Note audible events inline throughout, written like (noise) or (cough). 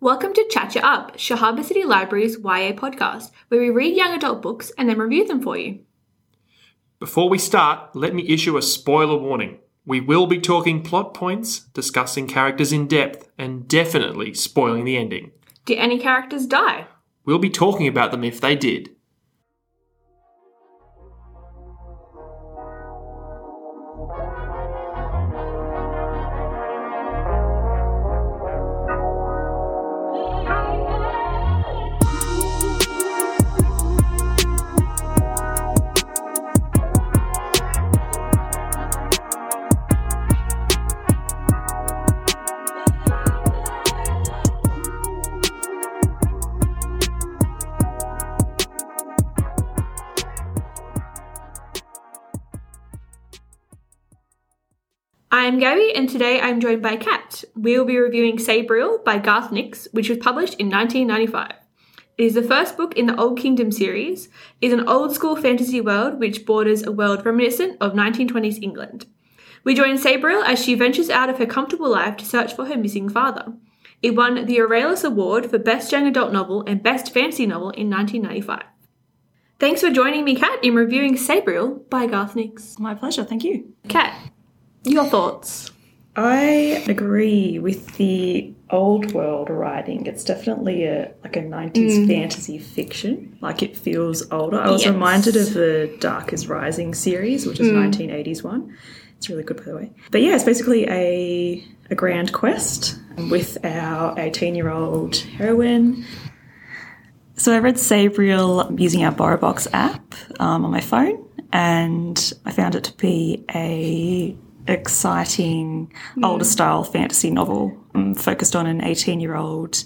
Welcome to Chat Ya Up, Shahaba City Library's YA podcast, where we read young adult books and then review them for you. Before we start, let me issue a spoiler warning. We will be talking plot points, discussing characters in depth, and definitely spoiling the ending. Did any characters die? We'll be talking about them if they did. I'm Gabby, and today I'm joined by Kat. We will be reviewing Sabriel by Garth Nix, which was published in 1995. It is the first book in the Old Kingdom series, is an old school fantasy world which borders a world reminiscent of 1920s England. We join Sabriel as she ventures out of her comfortable life to search for her missing father. It won the Aurelius Award for Best Young Adult Novel and Best Fantasy Novel in 1995. Thanks for joining me, Kat, in reviewing Sabriel by Garth Nix. My pleasure, thank you. Kat, your thoughts? I agree with the old world writing. It's definitely a like a 90s fantasy fiction. Like it feels older. I was Yes. reminded of the Dark is Rising series, which is 1980s one. It's really good by the way. But yeah, it's basically a a grand quest with our 18-year-old heroine so I read Sabriel using our BorrowBox app um, on my phone, and I found it to be a exciting older style fantasy novel um, focused on an 18 year old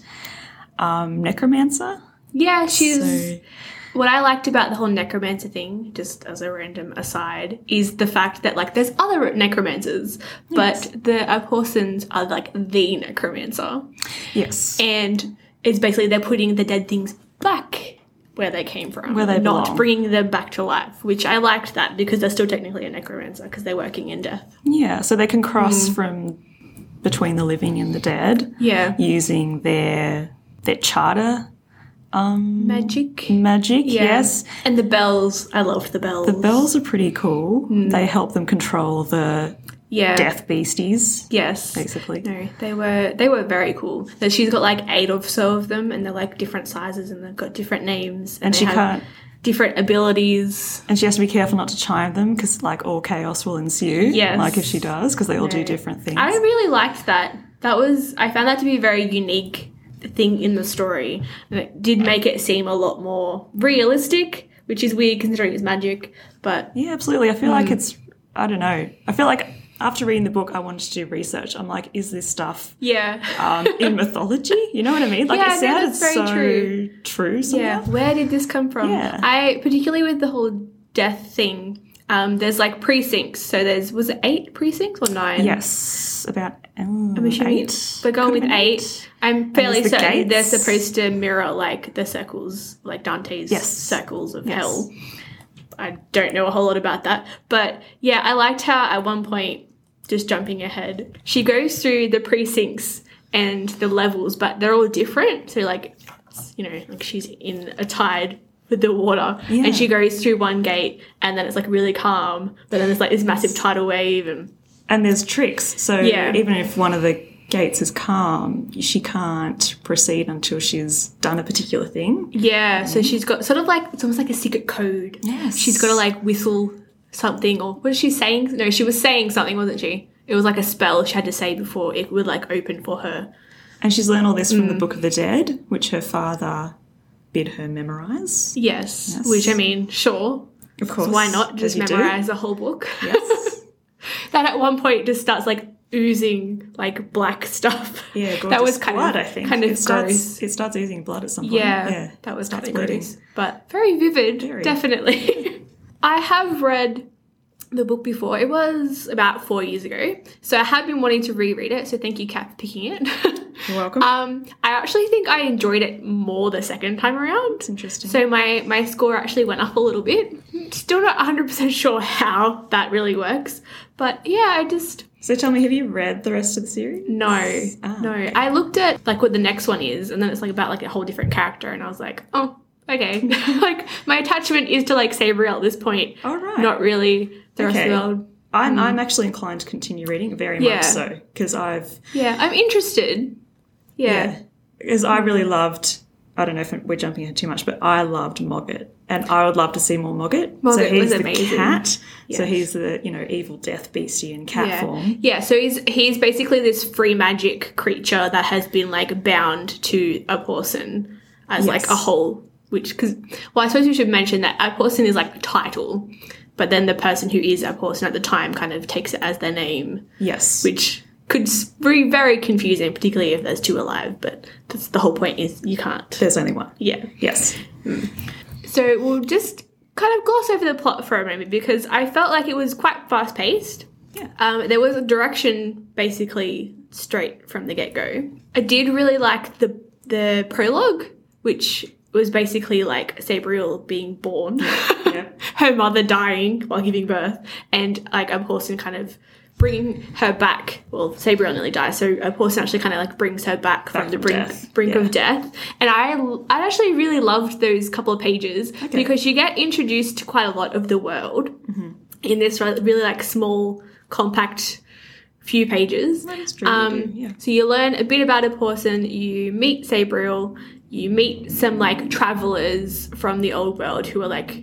um, necromancer. Yeah, she's. So- What I liked about the whole necromancer thing, just as a random aside, is the fact that like there's other necromancers, but the Aporsons are like the necromancer, Yes. and it's basically they're putting the dead things back where they came from, Where they not belong. bringing them back to life. Which I liked that because they're still technically a necromancer because they're working in death. yeah, so they can cross from between the living and the dead Yeah, using their their charter magic. magic. Yeah. Yes. and the bells. I love the bells. The bells are pretty cool. They help them control the Yeah, death beasties. Yes, basically. No, they were they were very cool. That she's got like eight or so of them, and they're like different sizes, and they've got different names, And they she have can't- different abilities. And she has to be careful not to chime them because, like, all chaos will ensue. Yes. Like, if she does, because they all do No. different things. I really liked that. That was I found that to be a very unique thing in the story, and it did make it seem a lot more realistic, which is weird considering it's magic. But Yeah, absolutely. I feel like Hmm. it's, I don't know. I feel like after reading the book, I wanted to do research. I'm like, is this stuff (laughs) yeah, (laughs) um, in mythology? You know what I mean? Like, Yeah, no, it sounded that's very so true. true, Yeah, somehow. where did this come from? Yeah. I particularly with the whole death thing. Um, there's like precincts. So there's was it eight precincts or nine? Yes. About um, I'm assuming eight. We're going with Could have been eight. I'm fairly there's the certain they're gates. supposed to mirror like the circles, like Dante's Yes. circles of Yes. hell. I don't know a whole lot about that, but yeah, I liked how at one point, just jumping ahead, she goes through the precincts and the levels, but they're all different. So like, you know, like she's in a tide with the water, Yeah. and she goes through one gate, and then it's like really calm, but then there's like this massive tidal wave, and And there's tricks. So Yeah. even if one of the gates is calm, she can't proceed until she's done a particular thing. yeah. So she's got sort of like it's almost like a secret code. Mm-hmm. Yes. she's got to like whistle something or what is she saying no she was saying something wasn't she it was like a spell she had to say before it would like open for her And she's learned all this Mm. from the Book of the Dead, which her father bid her memorize. yes, Yes. which i mean sure Of course. so why not as just you do. memorize the whole book (laughs) Yes. that at one point just starts like oozing like black stuff Yeah, gorgeous (laughs) that was kind blood, of I think. kind of it gross. starts, it starts oozing blood at some point. Yeah, yeah. that was Starts kind of bleeding. gross, but very vivid, Very. definitely. (laughs) I have read the book before. It (laughs) was about four years ago, so I have been wanting to reread it. So thank you, Kat, for picking it. You're welcome. Um, I actually think I enjoyed it more the second time around. it's interesting. So my my score actually went up a little bit. Still not 100% sure how that really works, but yeah, I just so tell me, have you read the rest of the series? no. Ah, no. okay. I looked at like what the next one is and then it's like about like a whole different character and I was like, "Oh, okay." (laughs) like my attachment is to like Sabriel at this point, All right. not really the rest of Okay. the world. I'm, I'm actually inclined to continue reading, very Yeah. much so, because I've Yeah, I'm interested. Yeah. yeah, because I really loved. I don't know if we're jumping ahead too much, but I loved Mogget, and I would love to see more Mogget. so Mogget he's was the amazing. cat. So Yes. he's the you know evil death beastie in cat yeah. form. Yeah, so he's he's basically this free magic creature that has been like bound to a person as like a Yes. whole. Which because well, I suppose we should mention that a person is like a title, but then the person who is a person at the time kind of takes it as their name, Yes, which could s- be very confusing, particularly if there's two alive. But that's the whole point is you can't. there's only one. Yeah. (laughs) Yes, So we'll just kind of gloss over the plot for a moment because I felt like it was quite fast paced. Yeah. Um, there was a direction basically straight from the get go. I did really like the the prologue, which was basically like Sabriel being born, (laughs) Yeah. her mother dying while giving birth, and like a person kind of bringing her back. Well, Sabriel nearly dies, so a person actually kind of like brings her back, from Back the from brink, death. brink Yeah. of death. And I, I actually really loved those couple of pages because you get introduced to quite a lot of the world Mm-hmm. in this re- really like small, compact few pages. that is true. Um, yeah. So you learn a bit about a person, you meet Sabriel, you meet some like travelers from the old world who are like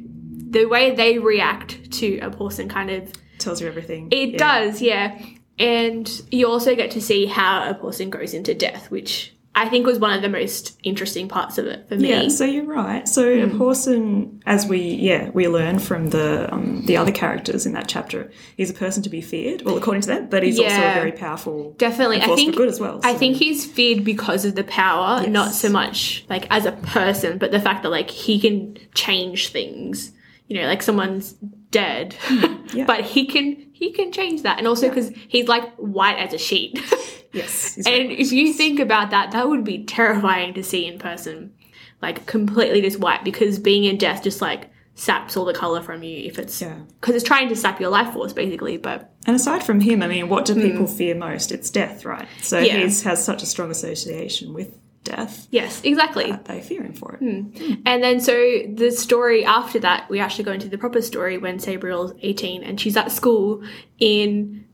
the way they react to a person kind of Tells you everything. it Yeah. does, yeah. And you also get to see how a person goes into death, which I think was one of the most interesting parts of it for me. Hmm. Yeah, so you're right. So a person, as we yeah we learn from the um, the other characters in that chapter, he's a person to be feared. Well, according to them, but he's also a Yeah. very powerful Definitely, and I force think for good as well. I so- think he's feared because of the power, Yes. not so much like as a person, but the fact that like he can change things. You know, like someone's dead, Hmm. (laughs) yeah. but he can he can change that, and also because he's like white as a (laughs) sheet. (laughs) yes, he's and if you think about that, that would be terrifying to see in person, like completely just white, because being in death just like saps all the color from you if it's Yeah. because it's trying to sap your life force basically. But And aside from him, I mean, what do people fear most? It's death, right? So Hmm. Yeah. he's has such a strong association with death yes, exactly. that they fear him for it. Hmm. (laughs) And then, so the story after that, we actually go into the proper story when Sabriel's 18 and she's at school in,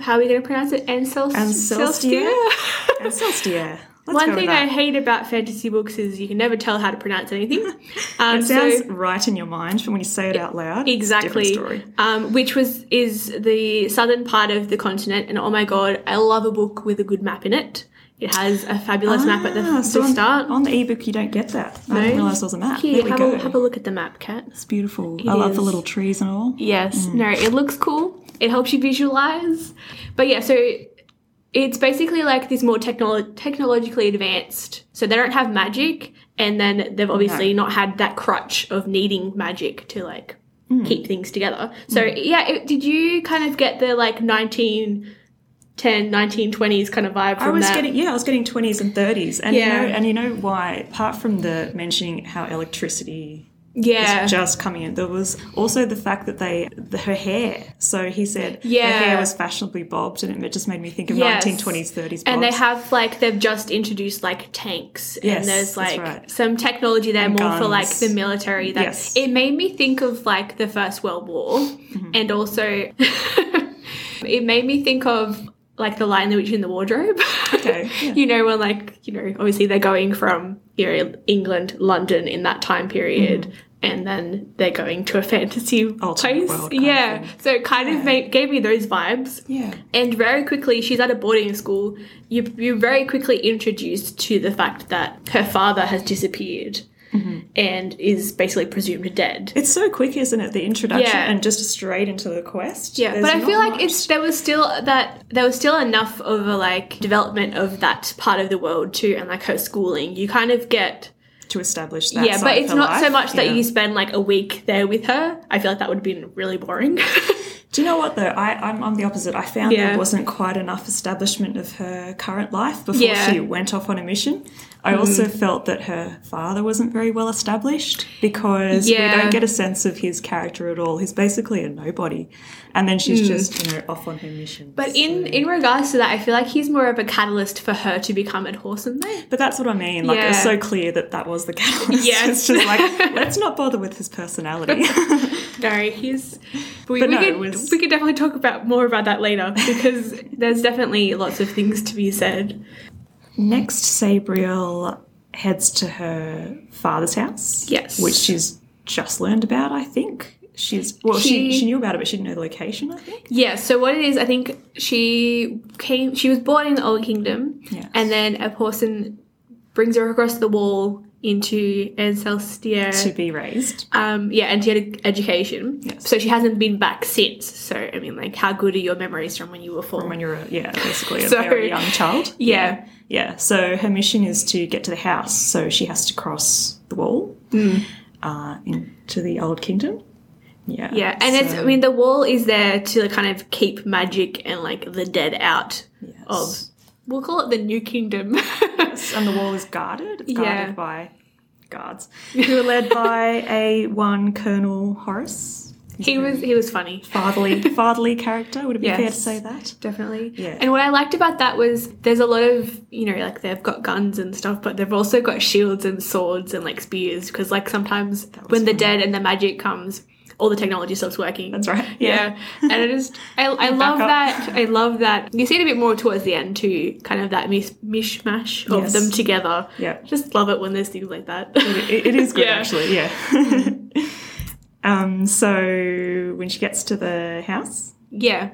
how are we going to pronounce it? Ansel- Anselstia? And Celestia, (laughs) let's One go thing with I that. hate about fantasy books is you can never tell how to pronounce anything. Um, (laughs) it sounds so, right in your mind from when you say it out loud. It's a different exactly. story. Um, which was is the southern part of the continent, and oh my god, I love a book with a good map in it. It has a fabulous map at the, Ah, so the on, start. on the ebook you don't get that. I No. didn't realise there was a map. Here, there we have go. a, have a look at the map, Kat. it's beautiful. I love the is. little trees and all. Yes. Mm. No, it looks cool. It helps you visualize. But yeah, so it's basically like this more technolo- technologically advanced. So they don't have magic, and then they've obviously not had that crutch of needing magic to like Mm. keep things together. So yeah, it, did you kind of get the like 1910, 1920s kind of vibe from I was that? getting yeah, I was getting twenties and thirties, and Yeah. you know, and you know why? Apart from the mentioning how electricity yeah. was just coming in. There was also the fact that they the, her hair. So he said Yeah. her hair was fashionably bobbed, and it just made me think of Yes. nineteen twenties, thirties. and they have like they've just introduced like tanks Yes, and there's that's like right. some technology there more for like guns. the military that Yes. Mm-hmm. it made me think of like the first world war and also (laughs) it made me think of like the lion the witch in the wardrobe Okay, (laughs) yeah. you know when like you know obviously they're going from you know england london in that time period And then they're going to a fantasy Alternate place. Mm-hmm. world kind of yeah. thing. So it kind of made, gave me those vibes. yeah. And very quickly, she's at a boarding school. You, you're very quickly introduced to the fact that her father has disappeared Mm-hmm. and is basically presumed dead. It's so quick, isn't it? The introduction Yeah. and just straight into the quest. Yeah, There's but I not feel like much- it's there was still that there was still enough of a like development of that part of the world too, and like her schooling. You kind of get to establish that. yeah, side but of it's her not so life. much that Yeah. you spend like a week there with her. I feel like that would have been really boring. (laughs) Do you know what though? I, I'm, I'm the opposite. I found Yeah. there wasn't quite enough establishment of her current life before Yeah. Hmm. she went off on a mission. I also felt that her father wasn't very well established because Yeah. we don't get a sense of his character at all. He's basically a nobody, and then she's just you know off on her mission. Hmm. But in in regards to that, I feel like he's more of a catalyst for her to become at Horson though. But that's what I mean. Like it was Yeah. so clear that that was the catalyst. (laughs) Yes. it's just (laughs) like let's not bother with his personality. No, he's. We, But we, no, could, it was- we could definitely talk about more about that (laughs) later because there's definitely lots of things to be said. Next, Sabriel heads to her father's house. Yes. Which she's just learned about, I think. She's well, she, She- she knew about it, but she didn't know the location. I think. Yeah, so what it is, I think she came. She was born in the Old Kingdom, Yes. and then a person brings her across the wall into Ancelstier. To be raised. um, yeah, and she had a- education. Yes. So she hasn't been back since. So I mean, like, how good are your memories from when you were four? When you're a, yeah, basically a Um, So- very young child. (laughs) yeah, Yeah. So her mission is to get to the house. So she has to cross the wall Hmm. uh, into the old kingdom. Yeah. yeah, and it's. so- I mean, the wall is there to like, kind of keep magic and like the dead out Yes. of. We'll call it the New Kingdom. (laughs) and the wall is guarded. It's guarded Yeah. by guards who are led by a one Colonel Horace, he was he was funny. (laughs) fatherly fatherly character. Would it be fair to Yes. say that? Definitely. Yeah. And what I liked about that was there's a lot of, you know, like they've got guns and stuff, but they've also got shields and swords and like spears because, like, sometimes when the dead and the magic comes, all the technology stops working. That's right. Yeah. and I just, I, I love up. that. I love that. You see it a bit more towards the end too, kind of that mis- mishmash of Yes. them together. Yeah. Just love it when there's things like that. (laughs) It, it is good Yeah. actually. Yeah. (laughs) um. So when she gets to the house, Yeah.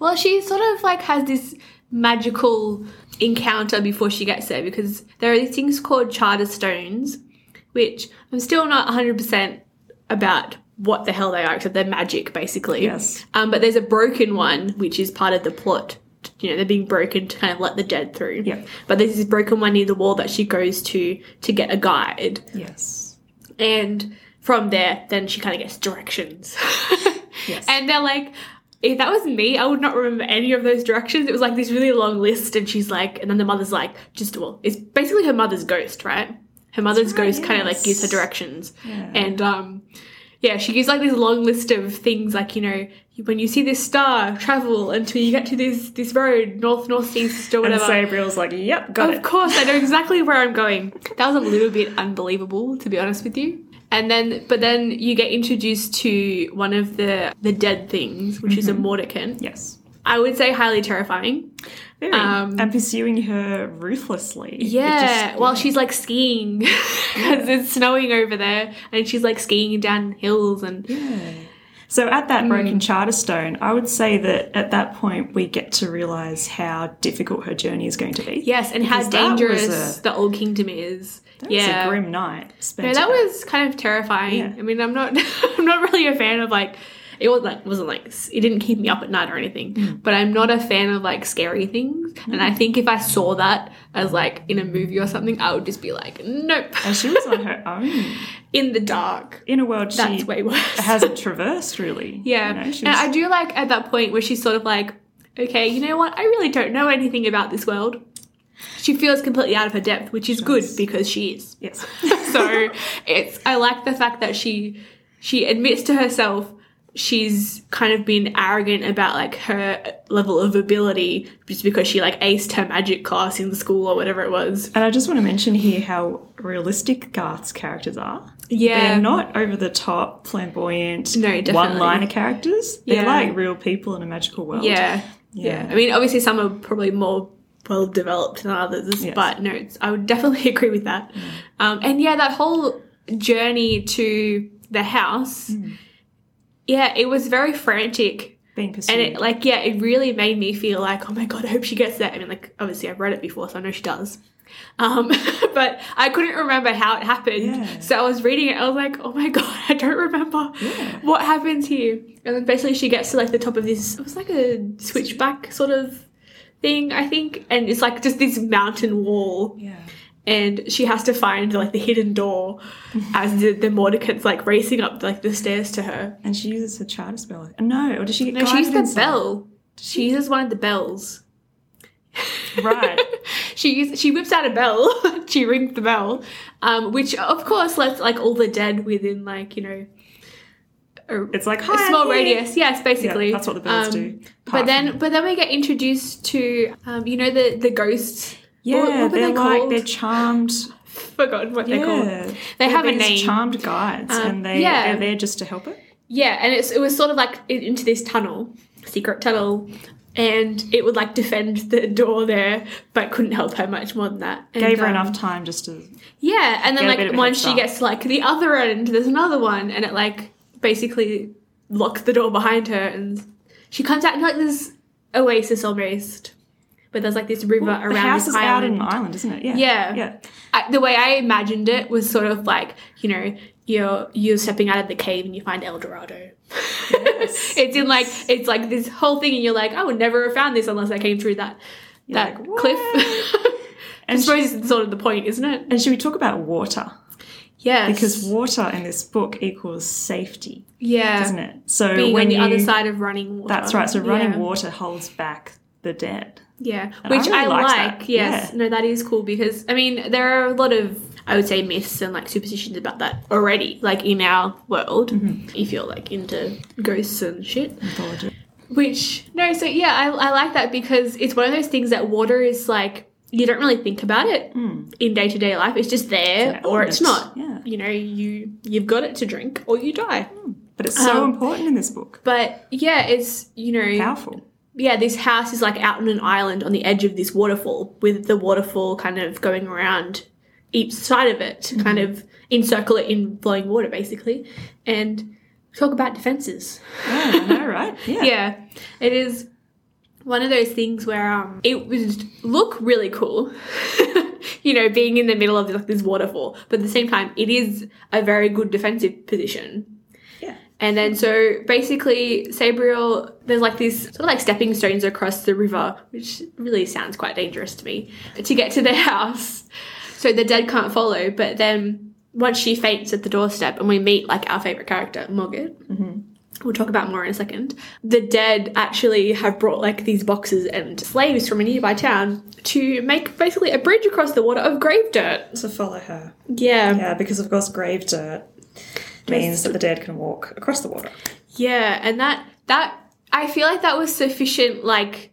Well, she sort of like has this magical encounter before she gets there because there are these things called charter stones, which I'm still not 100% about what the hell they are, except they're magic basically. Yes. Um, but there's a broken one, which is part of the plot. You know, they're being broken to kind of let the dead through. Yep. But there's this broken one near the wall that she goes to to get a guide. yes, And from there, then she kind of gets directions. (laughs) Yes. And they're like, if that was me, I would not remember any of those directions. It was like this really long list, and she's like, and then the mother's like, just well, it's basically her mother's ghost, right? Her mother's right, ghost kind of like gives her yes. directions, Yeah. and um, yeah, she gives like this long list of things, like you know, when you see this star, travel until you get to this this road, north, north, east, or and whatever. Sabriel's like, "Yep, got Of it." course, I know exactly where I'm going. That was a little bit unbelievable, to be honest with you. And then, but then you get introduced to one of the the dead things, which is a Mm-hmm. Mordekin. Yes. I would say highly terrifying. Very. Um, and pursuing her ruthlessly. It Yeah, just- while she's like skiing (laughs) because it's snowing over there, and she's like skiing down hills and So at Mm. that broken charter stone, I would say that at that point we get to realise how difficult her journey is going to be. yes, and Because how that was dangerous a- the old kingdom is. That was yeah, a grim night. Spent No, that at- was kind of terrifying. Yeah. I mean, I'm not, (laughs) I'm not really a fan of like. It wasn't like, wasn't like it didn't keep me up at night or anything. Hmm. But I'm not a fan of like scary things, and I think if I saw that as like in a movie or something, I would just be like, nope, And she was on her own in the dark. in a (laughs) world That's she way worse. hasn't traversed really. yeah, You know, she and was- I do like at that point where she's sort of like, okay, you know what? I really don't know anything about this world. She feels completely out of her depth, which is good because she is. yes. (laughs) so it's I like the fact that she she admits to herself she's kind of been arrogant about like her level of ability just because she like aced her magic class in school or whatever it was. And I just want to mention here how realistic Garth's characters are. Yeah. They're not over the top, flamboyant, No, definitely. one liner characters. They're Yeah. like real people in a magical world. yeah. Yeah. Yeah. I mean obviously some are probably more well developed than others, Yes. but no, it's, I would definitely (laughs) agree with that. Um, and yeah, that whole journey to the house, yeah, it was very frantic Being pursued. And it like yeah, it really made me feel like oh my god, I hope she gets that. I mean like obviously I've read it before, so I know she does. Um, (laughs) but I couldn't remember how it happened, Yeah. so I was reading it. I was like, oh my god, (laughs) I don't remember what happens here. And then basically she gets to like the top of this. It was like a switchback sort of thing, I think, and it's like just this mountain wall. yeah. and she has to find like the hidden door as the, the mordecai's like racing up like the stairs to her And she uses her charter spell. No, or does she get no she uses guided the inside? bell she uses one of the bells (laughs) Right. she uses, she whips out a bell (laughs) she rings the bell um, which of course lets like all the dead within like you know a, It's like a hi, small I'm here." radius yes basically Yeah, that's what the bells Um, do. but Apart then from- but then we get introduced to um, you know the the ghosts yeah, what were they're they like called? (laughs) they're charmed. forgotten what yeah, they're called They They're have a these name. Charmed guides, Um, and they yeah. they're there just to help it. Yeah, and it's, it was sort of like in, into this tunnel, secret tunnel, and it would like defend the door there, but couldn't help her much more than that. And, Gave her um, enough time just to. Yeah, and then get a bit of like a once head she start. gets to like the other end, there's another one, and it like basically locks the door behind her, and she comes out into like this oasis almost, but there's like this river Well, around the house this is out in island. an island, isn't it? Yeah. Yeah. Yeah. I, the way I imagined it was sort of like you know you're you're stepping out of the cave and you find El Dorado. (laughs) it's in like it's like this whole thing and you're like I would never have found this unless I came through that that like, "What?" cliff. (laughs) I And suppose it's sort of the point, isn't it? And should we talk about water? Yes, Because water in this book equals safety, yeah, doesn't it? So being when on the you, other side of running water. That's right. So running Yeah. water holds back the dead. Yeah, And I which really I, liked like. that. Yes, Yeah. no, that is cool because I mean there are a lot of I would say myths and like superstitions about that already, like in our world. Mm-hmm. If you're like into ghosts and shit, Mythology. which no, so yeah, I, I like that because it's one of those things that water is like you don't really think about it in day to day life. It's just there Mm. It's oh, an or it's not. element, yeah. You know, you you've got it to drink or you die. Hmm. But it's so Um, important in this book. But yeah, it's you know (laughs) Powerful. yeah, this house is like out on an island on the edge of this waterfall, with the waterfall kind of going around each side of it to kind of encircle it in flowing water, basically. And talk about defenses. Yeah, I know, right? Yeah. Yeah, it is one of those things where um, it would look really cool, (laughs) you know, being in the middle of like this waterfall, but at the same time, it is a very good defensive position. Yeah. And then so basically Sabriel there's like these sort of like stepping stones across the river, which really sounds quite dangerous to me, to get to the (laughs) house. So the dead can't follow, but then once she faints at the doorstep and we meet like our favourite character, Mogget. We'll talk about more in a second. The dead actually have brought like these boxes and slaves from a nearby town to make basically a bridge across the water of grave dirt. To follow her. Yeah. Yeah, because of course grave dirt means that the dead can walk across the water. Yeah, and that that I feel like that was sufficient, like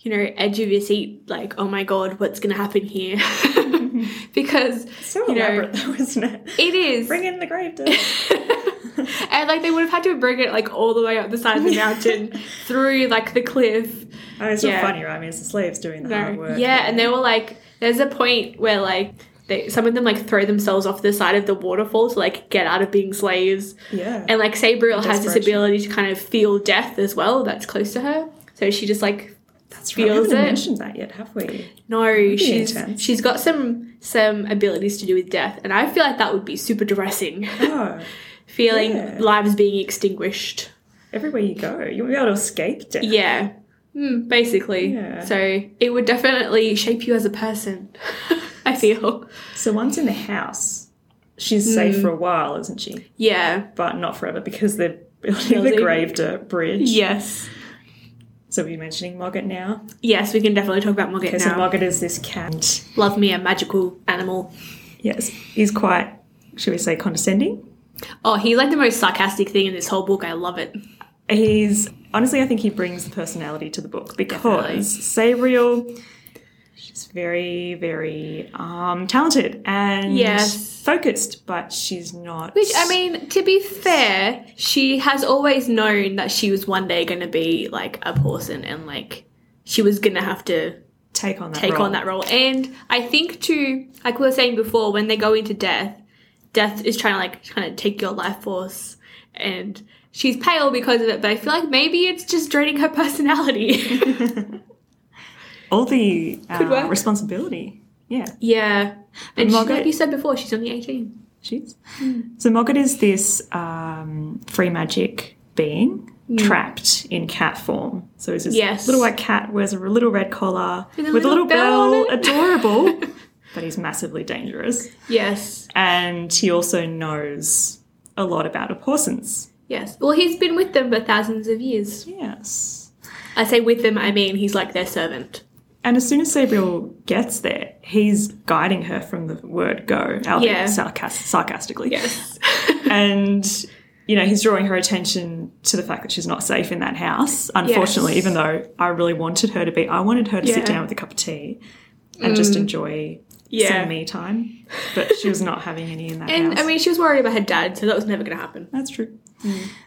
you know, edge of your seat, like oh my god, what's gonna happen (laughs) here? (laughs) because So you know, elaborate though, (laughs) isn't it? it is, Bring in the grave dirt. (laughs) and like they would have had to bring it like all the way up the side of the mountain (laughs) through like the cliff. I mean, it's Yeah. not funny, right? I mean, it's the slaves doing the hard work. Yeah, and they were like, there's a point where like. They, some of them like throw themselves off the side of the waterfall to like get out of being slaves yeah. And like Sabriel has this Desperation. ability to kind of feel death as well, that's close to her. So she just like That's right. We feels haven't it. mentioned that yet, have we? no, she's intense. she's got some some abilities to do with death, and I feel like that would be super depressing. (laughs) Oh, Feeling Yeah. lives being extinguished. everywhere you go, you'll be able to escape death. Yeah. Mm, basically. Yeah. So it would definitely shape you as a person. (laughs) I feel. So once in the house, she's Hmm. safe for a while, isn't she? Yeah. But not forever because they're building the Building. grave dirt bridge. Yes. So we're mentioning Mogget now. Yes, we can definitely talk about Mogget Okay, so now. Mogget is this cat. Love me a magical animal. Yes, he's quite, should we say, condescending. Oh, he's like the most sarcastic thing in this whole book. I love it. He's honestly, I think he brings the personality to the book because Sabriel, she's very, very um, talented and Yes. focused, but she's not. Which I mean, to be fair, she has always known that she was one day going to be like a person, and like she was going to have to take on that take role. on that role. And I think too, like we were saying before, when they go into death, death is trying to like kind of take your life force, and she's pale because of it. But I feel like maybe it's just draining her (laughs) personality. all the Could uh, work. responsibility. Yeah, yeah, and she, like Margaret- you said before, she's only eighteen. she's. Hmm. So Mogget is this um, free magic being. Trapped in cat form, so it's this Hmm. Yes. little white cat wears a little red collar With a with a little little bell on bell, it. (laughs) adorable, but he's massively dangerous. Yes. And he also knows a lot about opossums. Yes. Well, he's been with them for thousands of years. Yes. I say with them, I mean he's like their servant. And as soon as Sabriel gets there, he's guiding her from the word go, albeit Yeah. sarcas- sarcastically. Yes. and you know he's drawing her attention to the fact that she's not safe in that house unfortunately Yes. even though i really wanted her to be i wanted her to Yeah. Mm. sit down with a cup of tea and just enjoy Yeah. some me time but she was not having any in (laughs) that and house I mean, mm. she was worried about her dad, so that was never going to happen. that's true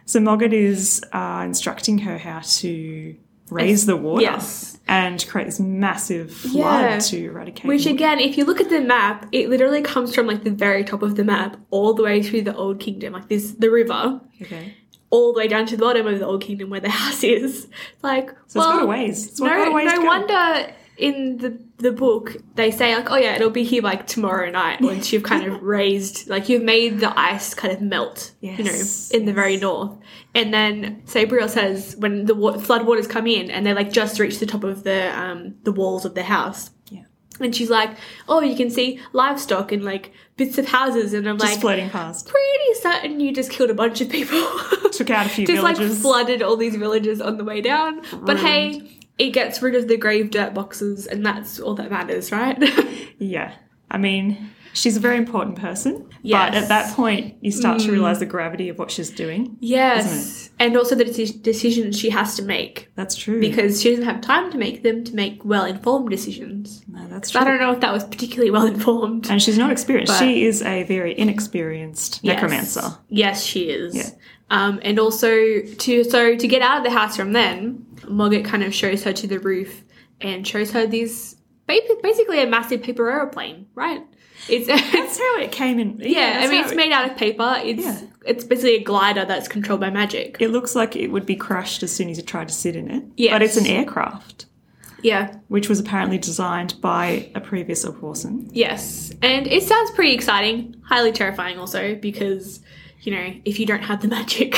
so mogget is uh, instructing her how to raise the water yes. and create this massive flood Yeah. to eradicate Which the- again, if you look at the map, it literally comes from like the very top of the map all the way through the old kingdom, like this the river, okay all the way down to the bottom of the old kingdom where the house is. Like, so well, it's got a ways it's got a no, ways to no go. wonder in the the book they say like, oh yeah, it'll be here like tomorrow night once you've kind (laughs) of raised like you've made the ice kind of melt, you Yes, know, in the very yes. north. And then Sabriel says when the wa- flood waters come in and they like just reach the top of the um the walls of the house. Yeah. And she's like, oh, you can see livestock and like bits of houses, and I'm just like, floating past pretty certain you just killed a bunch of people. (laughs) took out a few just like villages flooded all these villages on the way down. But hey, it gets rid of the grave dirt boxes, and that's all that matters, right? (laughs) Yeah. I mean, she's a very important person. Yes. Mm. But at that point, you start to realize the gravity of what she's doing. yes, and also the deci- decisions she has to make That's true. because she doesn't have time to make them to make well informed decisions. no, that's So I true. don't know if that was particularly well informed. And she's not experienced. But- she is a very inexperienced Yes. necromancer. Yes, she is. Yeah. Um, and also to so to get out of the house from then, Mogget kind of shows her to the roof and shows her these ba- basically a massive paper aeroplane, right? It's (laughs) That's it's how it came in. yeah. I that's mean, how it's it- made out of paper. It's Yeah. it's basically a glider that's controlled by magic. It looks like it would be crushed as soon as you tried to sit in it. Yes. But it's an aircraft, Yeah. which was apparently designed by a previous Orson. Yes. And it sounds pretty exciting. Highly terrifying also because. You know, if you don't have the (laughs) magic,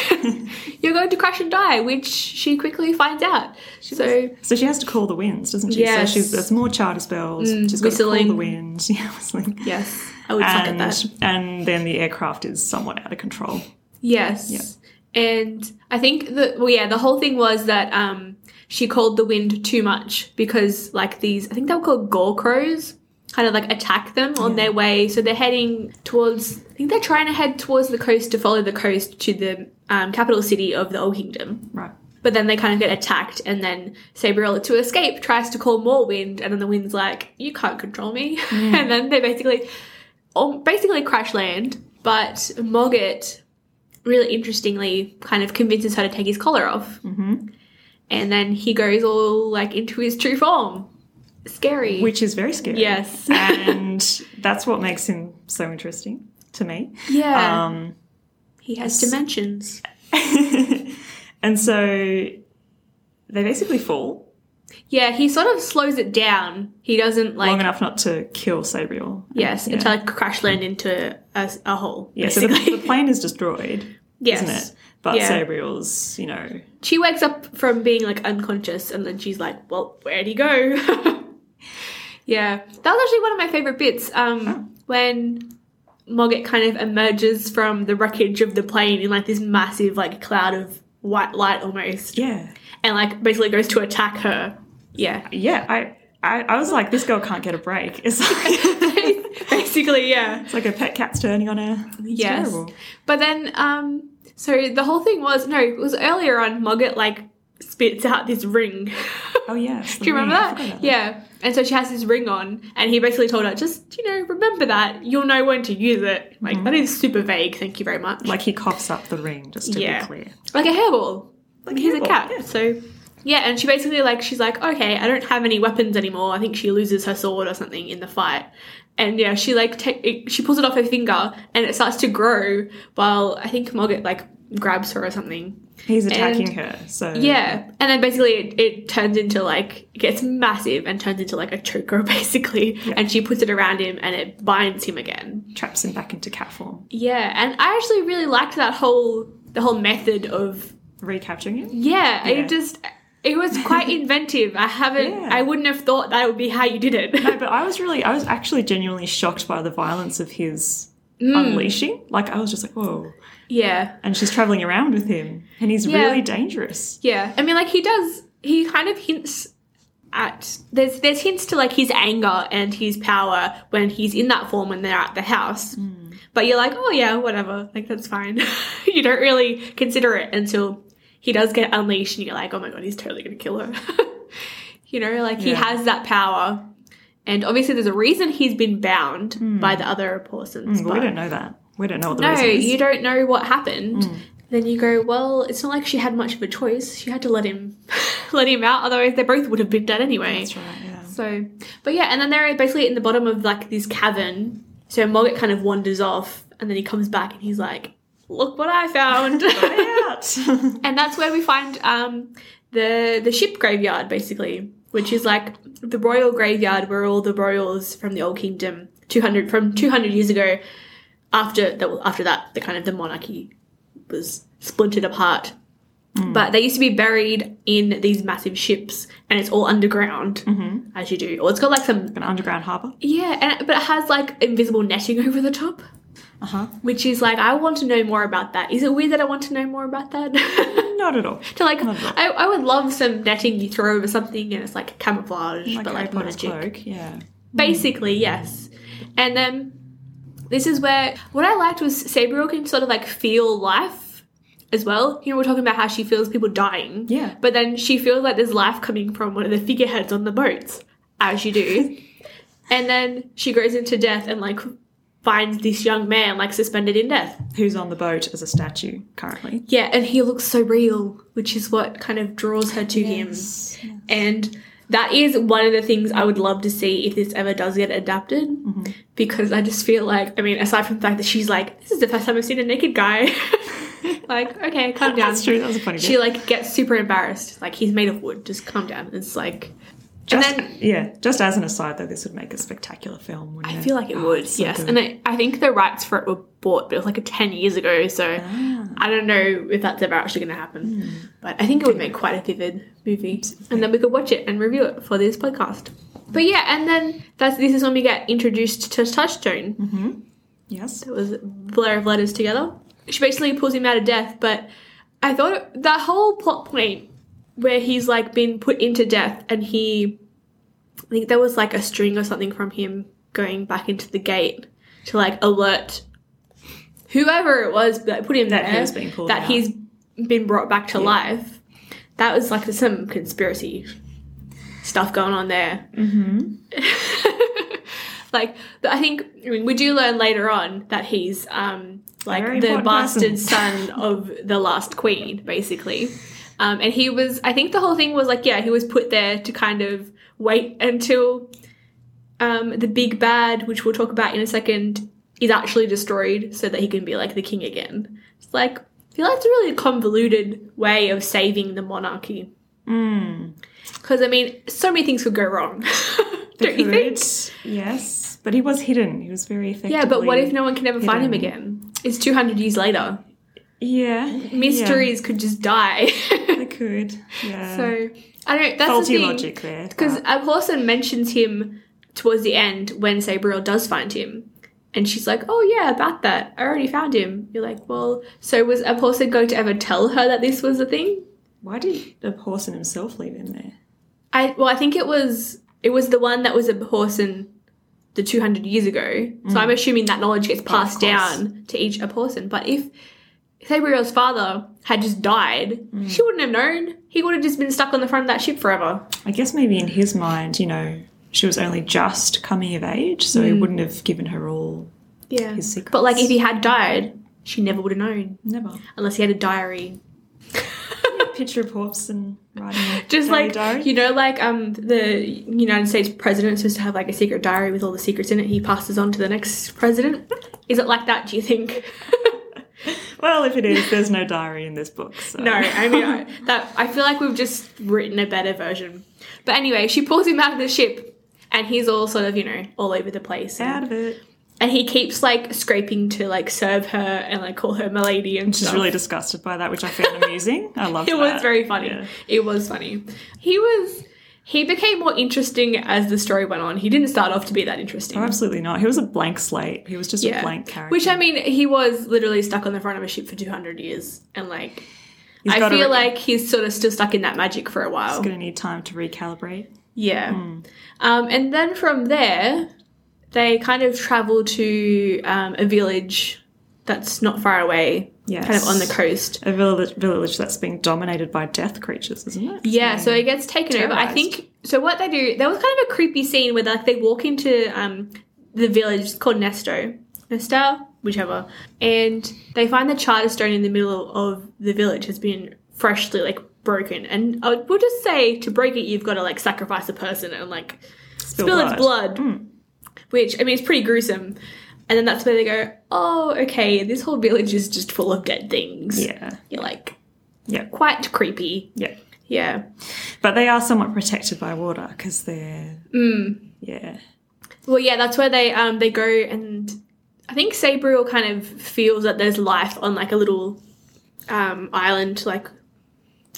you're going to crash and die, which she quickly finds out. so, So she has to call the winds, doesn't she? Yes. So she's, there's more charter spells. Mm, she's got to whistling. call the wind. (laughs) Yeah, whistling. yes, I would suck at and, that. and then the aircraft is somewhat out of control. Yes. And I think the well yeah, the whole thing was that um she called the wind too much because like these I think they were called gore crows kind of like attack them on their way so they're heading towards I think they're trying to head towards the coast to follow the coast to the um, capital city of the Old Kingdom. Right. But then they kind of get attacked and then Sabriella to escape tries to call more wind and then the wind's like, You can't control me (laughs) Mm. and then they basically um, basically crash land, but Mogget really interestingly kind of convinces her to take his collar off. Mm-hmm. And then he goes all like into his true form. Scary. Which is very scary. Yes. (laughs) and that's what makes him so interesting to me. (laughs) yeah. Um, (laughs) he has dimensions. and so they basically fall Yeah, he sort of slows it down. He doesn't like long enough not to kill Sabriel. yes, Yeah. until like crash land into a, a hole. Yeah, so the, basically. (laughs) the plane is destroyed, yes. isn't it? But Yeah. Sabriel's, you know, She wakes up from being like unconscious and then she's like, Well, where'd he go? (laughs) yeah. That was actually one of my favourite bits. Um when Mogget kind of emerges from the wreckage of the plane in like this massive like cloud of white light almost. yeah, And like basically goes to attack her. Yeah. (laughs) yeah. I, I, I was like, this girl can't get a break. It's like, (laughs) basically, yeah. it's like a pet cat's turning on her. It's Yes. terrible. But then, um, so the whole thing was no, it was earlier on. Mogget like spits out this ring. (laughs) Oh yes. the Do you remember ring. I that? forgot about Yeah. And so she has this ring on, and he basically told her, just you know, remember that you'll know when to use it. Like that is super vague. Thank you very much. Like he coughs up the ring, just to Yeah. be clear. like a hairball. Like he's a hairball, cat. yeah. So yeah, and she basically like she's like, okay, I don't have any weapons anymore. I think she loses her sword or something in the fight. And yeah, she like ta- it, she pulls it off her finger, and it starts to grow. While I think Mogget like grabs her or something. He's attacking her, so Yeah, and then basically it, it turns into like it gets massive and turns into like a choker (laughs) basically, and she puts it around him and it binds him again. traps him back into cat form, Yeah, and I actually really liked that whole the whole method of recapturing him. yeah, Yeah. it just It was (laughs) quite inventive. I haven't. Yeah. I wouldn't have thought that would be how you did it. No, but I was really, I was actually genuinely shocked by the violence of his Mm. unleashing. Like, I was just like, whoa. (laughs) yeah, And she's traveling around with him, and he's Yeah. really dangerous. yeah. I mean, like he does. He kind of hints at there's there's hints to like his anger and his power when he's in that form when they're at the house. Hmm. But you're like, oh yeah, whatever. Like that's fine. (laughs) you don't really consider it until he does get unleashed, and you're like, oh my god, he's totally gonna kill her. (laughs) you know, like he Yeah. has that power. And obviously, there's a reason he's been bound by the other persons. Hmm. But but- we don't know that. We don't know what the No, reason is. you don't know what happened. Mm. Then you go, well, it's not like she had much of a choice. She had to let him, (laughs) let him out. Otherwise, they both would have been dead anyway. That's right, yeah. So, but yeah, and then they're basically in the bottom of like this cavern. So Mogget kind of wanders off, and then he comes back and he's like, "Look what (laughs) I found!" out. (laughs) and that's where we find um, the the ship graveyard, basically, which is like the royal graveyard where all the royals from the Old Kingdom, two hundred from two hundred years ago, after that after that, the kind of the monarchy was splintered apart. But they used to be buried in these massive ships, and it's all underground, as you do. Or it's got like some An underground harbour. yeah, and, but it has like invisible netting (laughs) over the top. Uh huh. Which is like, I want to know more about that. Is it weird that I want to know more about that? (laughs) Not at all. To like, Not at all. I, I would love some netting you throw over something and it's like Like, camouflage, Mm. but like open his magic. cloak. Yeah. Basically, yes. And then this is where what I liked was Sabriel can sort of like feel life as well. You know, we're talking about how she feels people dying. Yeah. But then she feels like there's life coming from one of the figureheads on the boats, as (laughs) you do. and then she goes into death and like finds this young man like suspended in death. Who's on the boat as a statue currently? Yeah, and he looks so real, which is what kind of draws her to him. And that is one of the things I would love to see if this ever does get adapted. Mm-hmm. Because I just feel like, I mean, aside from the fact that she's like, this is the first time I've seen a naked guy. (laughs) like, okay, calm down. That's true. That was a funny. She bit. like gets super embarrassed. Like, he's made of wood. Just calm down. It's like, Just, and then yeah. Just as an aside, though, this would make a spectacular film. Wouldn't I it? feel like it Oh, would, it's so yes. good. And I, I think the rights for it were bought, but it was like 10 years ago, so Ah, I don't know if that's ever actually going to happen. But I think it would make quite a vivid movie. And then we could watch it and review it for this podcast. But yeah, and then that's this is when we get introduced to Touchstone. yes. It was a blur of letters together. She basically pulls him out of death, but I thought it, that whole plot point where he's like been put into death and he, I think there was like a string or something from him going back into the gate to like alert whoever it was that put him That he there was being pulled that out. he's been brought back to life. That was like some conspiracy stuff going on there Mm-hmm. (laughs) like but I think I mean we do learn later on that he's um like Very the important bastard person. (laughs) son of the last queen basically um and he was I think the whole thing was like yeah he was put there to kind of wait until um the big bad which we'll talk about in a second is actually destroyed so that he can be like the king again it's like I feel like it's a really convoluted way of saving the monarchy Hmm. because I mean so many things could go wrong (laughs) don't you think Yes, but he was hidden. He was very effective. Yeah, but what if no one can ever find him again? It's 200 years later. Yeah, Mysteries could just die. (laughs) Yeah, they could. Yeah. so, I don't know. That's faulty the thing. logic there. Because but- Abhorson mentions him towards the end when Sabriel does find him. And she's like, oh, yeah, about that. I already found him. You're like, well, so was Abhorson going to ever tell her that this was a thing? why did the horse and himself leave him there? I Well, I think it was it was the one that was Abhorson the 200 years ago. So I'm assuming that knowledge gets passed course. down to each Abhorson. But if Sabriel's father had just died, she wouldn't have known. He would have just been stuck on the front of that ship forever. I guess maybe in his mind, you know, she was only just coming of age, so Hmm. he wouldn't have given her all Yeah. his secrets. But like if he had died, she never would have known never unless he had a diary. picture of horse and riding a (laughs) daily Just like diary. you know, like um, the United States president's supposed to have like a secret diary with all the secrets in it. He passes on to the next president. Is it like that? Do you think? (laughs) well, if it is, there's no diary in this book. So. no, (laughs) I mean I, that. I feel like we've just written a better version. But anyway, she pulls him out of the ship, and he's all sort of you know all over the place. and- out of it. and he keeps like scraping to like serve her and like call her milady and She's stuff. really disgusted by that, which I found amusing. I (laughs) love it that. was very funny. Yeah. It was funny. He was he became more interesting as the story went on. He didn't start off to be that interesting. Oh, absolutely not. He was a blank slate. He was just a blank character. Which I mean, he was literally stuck on the front of a ship for 200 years and like He's I gotta feel re- like he's sort of still stuck in that magic for a while. He's going to need time to recalibrate. Yeah. Hmm. Um, and then from there, they kind of travel to um, a village that's not far away, Yes. kind of on the coast. A village, village that's being dominated by death creatures, isn't it? Yeah, so it gets taken over. I terrorized. think so. What they do, there was kind of a creepy scene where like they walk into um, the village it's called Nesto, Nesta, whichever, and they find the charter stone in the middle of the village has been freshly like broken. And I would- we'll just say to break it, you've got to like sacrifice a person and like Spill spill its blood, Hmm. which I mean it's pretty gruesome. And then that's where they go, oh, okay, this whole village is just full of dead things. Yeah. you're like, Yeah. quite creepy. Yeah. Yeah, But they are somewhat protected by water because they're. Mm. Yeah. well, yeah, that's where they um they go and I think Sabriel kind of feels that there's life on like a little um island, like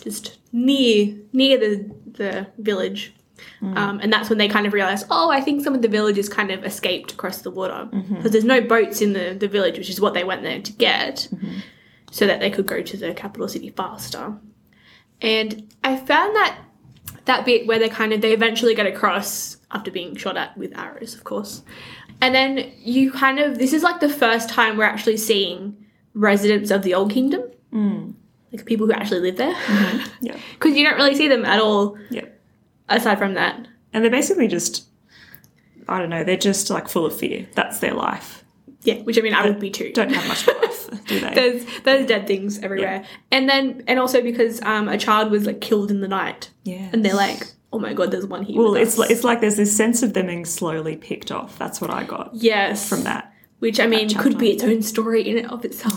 just near near the the village. Um, and that's when they kind of realize, oh, I think some of the villagers kind of escaped across the water because there's no boats in the, the village, which is what they went there to get, so that they could go to the capital city faster. And I found that that bit where they kind of they eventually get across after being shot at with arrows, of course. And then you kind of this is like the first time we're actually seeing residents of the Old Kingdom, like people who actually live there, because Mm. Mm-hmm. (laughs) Yeah. you don't really see them at all Yeah. aside from that. And they're basically just. I don't know. They're just like full of fear. That's their life. Yeah, which I mean I would be too. Don't (laughs) have much life, do they? there's there's dead things everywhere, and then and also because um, a child was like killed in the night, yeah. and they're like, oh my god, there's one here. Well, with it's us." like, it's like there's this sense of them being slowly picked off. That's what I got yes from that. which I mean chapter. could be its own story in and of itself.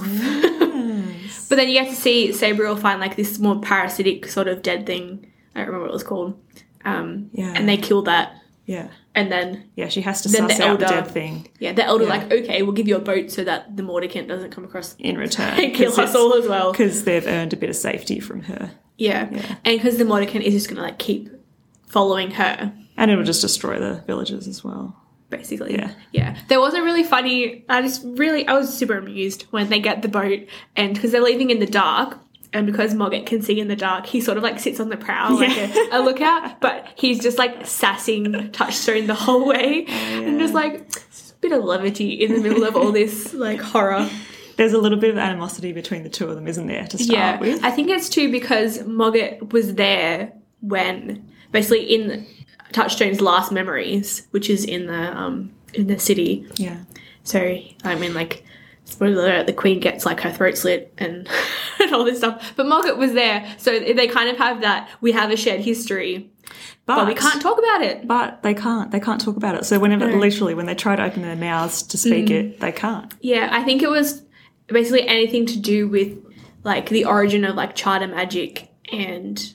(laughs) but then you get to see Sabriel find like this more parasitic sort of dead thing. I don't remember what it was called. Um, Yeah. And they kill that, Yeah. and then Yeah. She has to Then suss the out the elder- dead thing yeah, the elder Yeah. like okay, we'll give you a boat so that the Mordecant doesn't come across (laughs) in return. and kill us all as well. Because they've earned a bit of safety from her. Yeah, Yeah. and because the Mordecant is just gonna like keep following her. And it'll just destroy the villages as well. basically. Yeah. Yeah. There was a really funny, I just really, I was super amused when they get the boat and because they're leaving in the dark. And because Mogget can see in the dark, he sort of like sits on the prow like a, a lookout, but he's just like sassing Touchstone the whole way. And just like, it's a bit of levity in the middle of all this like horror. There's a little bit of animosity between the two of them, isn't there, to start Yeah, with? I think it's too because Mogget was there when basically in Touchstone's last memories, which is in the um in the city. Yeah. So I mean, like spoiler alert: the Queen gets like her throat slit and (laughs) and all this stuff. But Margaret was there, so they kind of have that. We have a shared history, But, but we can't talk about it. But they can't. They can't talk about it. So whenever, literally, when they try to open their mouths to speak Mm. it, they can't. Yeah, I think it was basically anything to do with like the origin of like charter magic and.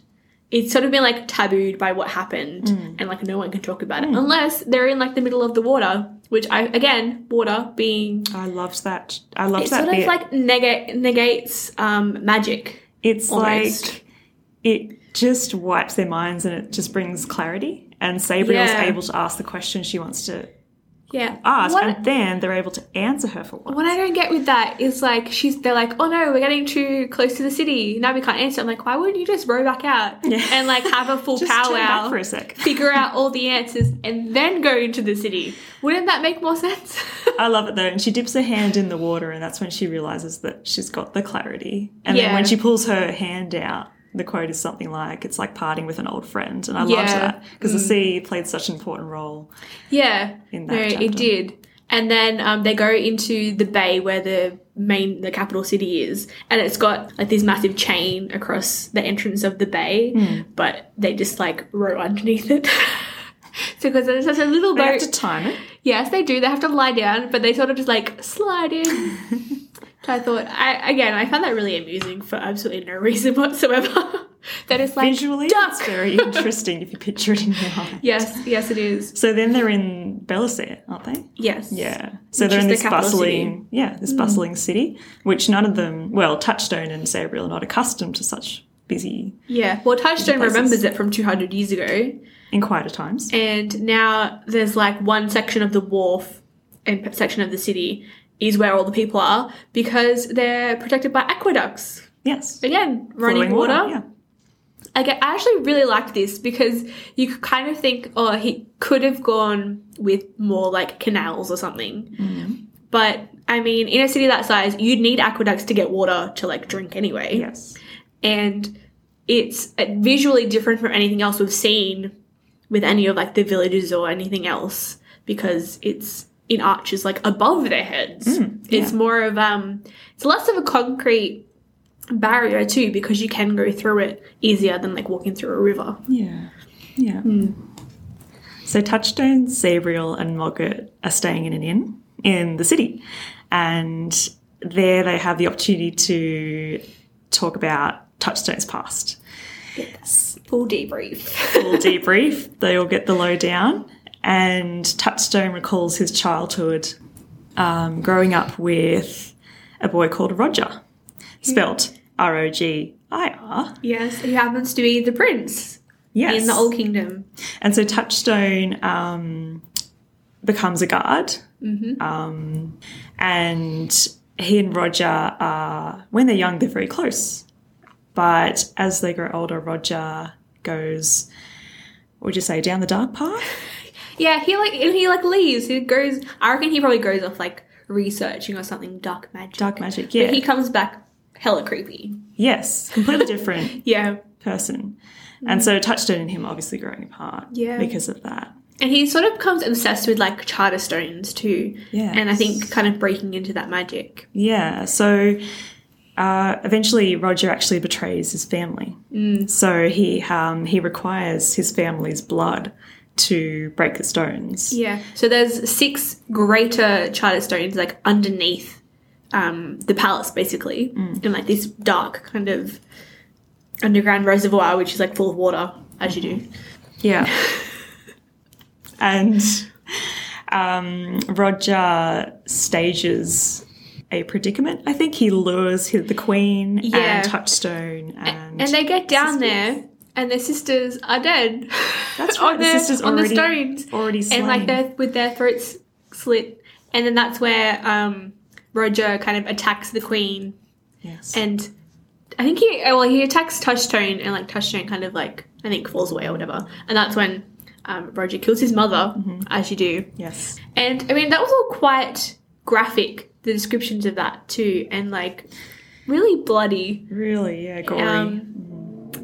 It's sort of been like tabooed by what happened, and like no one can talk about it unless they're in like the middle of the water, which I again water being I loved that. I loved it that sort of bit. like nega- negates um, magic. it's almost. like it just wipes their minds and it just brings clarity. And Sabriel's Yeah. able to ask the question she wants to Yeah. ask, What, and then they're able to answer her for once. what I don't get with that is like she's they're like, oh no, we're getting too close to the city. Now we can't answer. I'm like, why wouldn't you just row back (laughs) out and like have a full Just turn back for powwow, a sec. figure out all the answers, and then go into the city? Wouldn't that make more sense? (laughs) (laughs) I love it though, and she dips her hand in the water, and that's when she realizes that she's got the clarity. And then Yeah. when she pulls her hand out, the quote is something like, "It's like parting with an old friend," and I loved Yeah. Mm. that because the sea played such an important role. yeah. In that no, chapter. it did. And then um, they go into the bay where the main, the capital city is, and it's got like this massive chain across the entrance of the bay, Hmm. but they just like row underneath it. (laughs) So, because there's such a little They have boat, to time it. Yes, they do. They have to lie down, but they sort of just like slide in. (laughs) Which I thought, I again, I found that really amusing for absolutely no reason whatsoever. (laughs) that it's like Visually, it's duck. very interesting if (laughs) you picture it in your mind. Yes, yes, it is. So then they're in Belisair, aren't they? Yes. Yeah. So Which they're is in the this capital city. Hmm. bustling, yeah, this bustling city, which none of them, well, Touchstone and Sabriel are not accustomed to such busy Yeah. Well, Touchstone Places. remembers it from 200 years ago, in quieter times. and now there's like one section of the wharf and p- section of the city is where all the people are because they're protected by aqueducts. Yes. Again, running Flowing water. yeah. I, get, I actually really liked this because you could kind of think, oh, he could have gone with more like canals or something. But I mean, in a city that size, you'd need aqueducts to get water to like drink anyway. Yes. And it's uh, visually different from anything else we've seen with any of like the villages or anything else because it's in arches like above their heads. It's more of um, it's less of a concrete barrier too because you can go through it easier than like walking through a river. Yeah. Yeah. Hmm. So Touchstone, Sabriel, and Mogget are staying in an inn in the city. And there they have the opportunity to talk about Touchstone's past. Full debrief. (laughs) full debrief. They all get the lowdown. And Touchstone recalls his childhood um, growing up with a boy called Roger, spelt R O G I R. yes, he happens to be the prince Yes. in the Old Kingdom. and so Touchstone um, becomes a guard. Um, and he and Roger are, when they're young, they're very close. But as they grow older, Roger goes, what would you say, down the dark path? Yeah, he like and he like leaves. He goes. I reckon he probably goes off like researching or something dark magic. Dark magic, yeah. But he comes back hella creepy. (laughs) Yes, completely different Yeah, person. And so Touchstone and him obviously growing apart Yeah. because of that. and he sort of becomes obsessed with like charter stones too. Yes. and I think kind of breaking into that magic. Yeah, so uh, eventually Roger actually betrays his family. Mm. So he um, he requires his family's blood to break the stones. Yeah. So there's six greater charter stones like underneath um, the palace, basically, in like this dark kind of underground reservoir, which is like full of water, as you do. Yeah. and um, Roger stages a predicament. I think he lures his, the queen Yeah. and Touchstone and, And they get down there, and their sisters are dead. (laughs) That's on right, the the, sisters on the already- stones, already slain. and like their with their throats slit, and then that's where um, Roger kind of attacks the queen, yes. and I think he oh, well he attacks Touchstone, and like Touchstone kind of like I think falls away or whatever, and that's when um, Roger kills his mother, as you do, yes. and I mean that was all quite graphic. The descriptions of that too, and like really bloody. Really, yeah, gory. Um,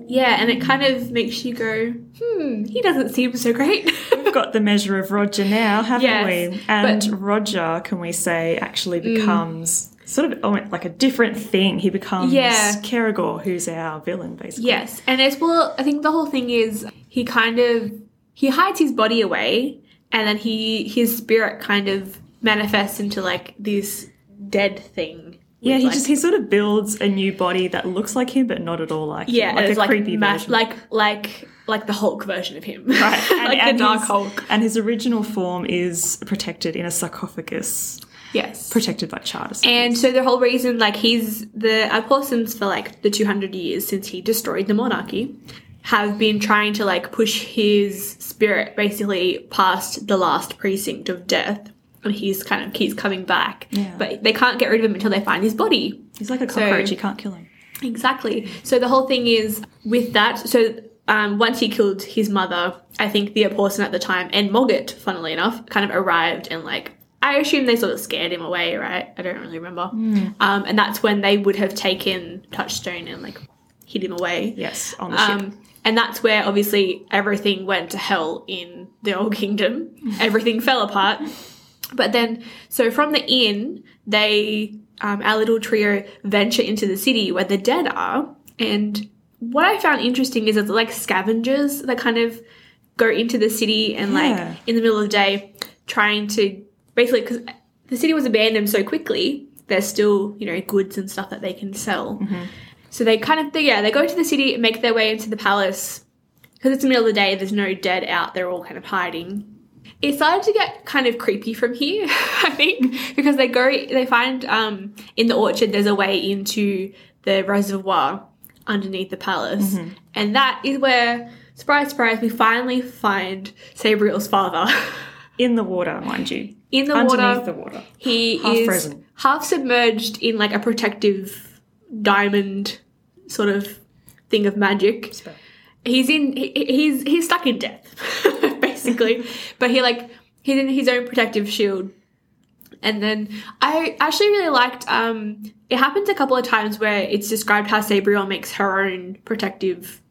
yeah, and it kind of makes you go, hmm, he doesn't seem so great. (laughs) We've got the measure of Roger now, haven't Yes, Mm. we? And Roger, can we say, actually becomes sort of almost like a different thing. He becomes Yeah. Caragor, who's our villain, basically. yes, and as well, I think the whole thing is he kind of he hides his body away, and then he his spirit kind of manifests into like this dead thing. Yeah, with, he like- just he sort of builds a new body that looks like him, but not at all like yeah, him, and like it's a like creepy ma- version. like like like the Hulk version of him, (laughs) Right. And- like and the Dark his- Hulk. And his original form is protected in a sarcophagus, Yes, protected by charters. And so the whole reason, like, he's the Apostles for like the 200 years since he destroyed the monarchy have been trying to like push his spirit basically past the last precinct of death. And he's kind of keeps coming back, Yeah. but they can't get rid of him until they find his body. He's like a cockroach, so- you can't kill him. Exactly. So the whole thing is with that. So um, once he killed his mother, I think the person at the time and Mogget, funnily enough, kind of arrived and like I assume they sort of scared him away, right? I don't really remember. Um, and that's when they would have taken Touchstone and like hid him away. Yes, on the ship. Um, and that's where obviously everything went to hell in the Old Kingdom. everything fell apart. But then, so from the inn, they, um, our little trio, venture into the city where the dead are. And what I found interesting is it's like scavengers that kind of go into the city and Yeah. like in the middle of the day trying to basically, because the city was abandoned so quickly, there's still, you know, goods and stuff that they can sell. So they kind of, they, yeah, they go into the city and make their way into the palace because it's the middle of the day, there's no dead out, they're all kind of hiding. It started to get kind of creepy from here, (laughs) I think, because they go, they find um, in the orchard there's a way into the reservoir underneath the palace, Mm-hmm. and that is where, surprise, surprise, we finally find Sabriel's father (laughs) In the water, mind you. in the Underneath water. the water. He Half is frozen. half submerged in like a protective diamond sort of thing of magic. He's in. He, he's he's stuck in death, (laughs) (laughs) basically. but he like he's in his own protective shield. And then I actually really liked. Um, it happens a couple of times where it's described how Sabriel makes her own protective.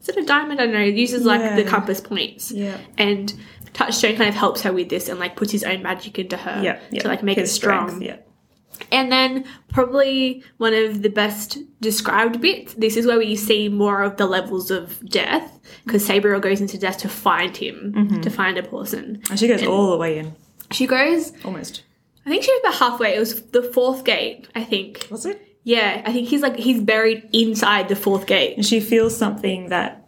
Is it a diamond? I don't know. It uses like the Yeah. compass points Yeah. and Touchstone kind of helps her with this and like puts his own magic into her Yeah, yeah. to like make His it strong. strength, Yeah. And then probably one of the best described bits. This is where we see more of the levels of death because Sabriel goes into death to find him Mm-hmm. to find a person. And she goes all the way in, She goes. almost. I think she was about halfway. It was the fourth gate. I think. Was it? Yeah, I think he's like he's buried inside the fourth gate. And she feels something that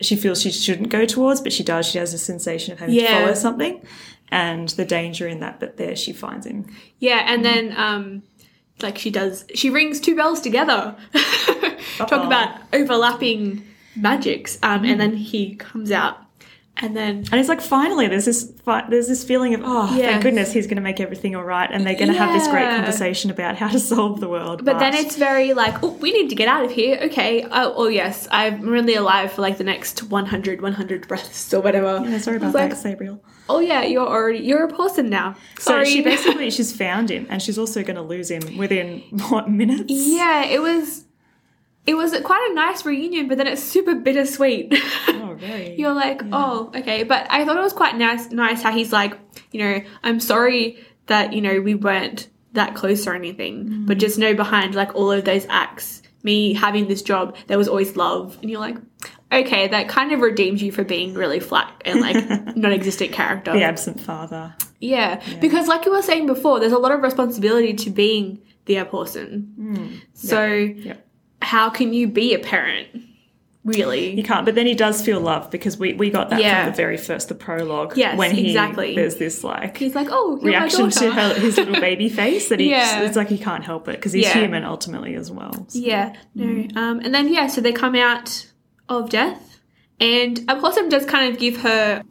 she feels she shouldn't go towards, but she does. She has a sensation of having Yeah. to follow something and the danger in that, but there she finds him. Yeah, and Mm-hmm. then um like she does she rings two bells together. (laughs) Talk Uh-oh. about overlapping magics. Um and then he comes out and then And it's like finally there's this fi- there's this feeling of oh Yes. thank goodness he's going to make everything all right and they're going to have this great Yeah. conversation about how to (laughs) solve the world. but then it's very like, oh, we need to get out of here. Okay. Oh, oh yes, I'm really alive for like the next 100, 100 breaths or whatever. yeah, sorry about It's like, that, Sabriel. Oh yeah, you're already you're a person now. So Sorry. (laughs) she basically she's found him and she's also going to lose him within (laughs) what minutes? yeah, it was it was quite a nice reunion, but then it's super bittersweet. (laughs) Oh, very. You're like, oh, okay. But I thought it was quite nice, nice how he's like, you know, I'm sorry that you know we weren't that close or anything, Mm. but just know behind like all of those acts, me having this job, there was always love, and you're like, okay, that kind of redeems you for being really flat and (laughs) like non-existent character. the absent father. Yeah, because like you were saying before, there's a lot of responsibility to being the person. Mm. So Yep. how can you be a parent? Really? You can't, but then he does feel love because we, we got that Yeah. from the very first, the prologue. Yes, when he, exactly. There's this like He's like, oh, you're my reaction daughter. to her, (laughs) his little baby face that he Yeah. just, it's like he can't help it because he's Yeah. human ultimately as well. So- Yeah, no. Um, and then yeah, so they come out of death, and Opossum does kind of give her,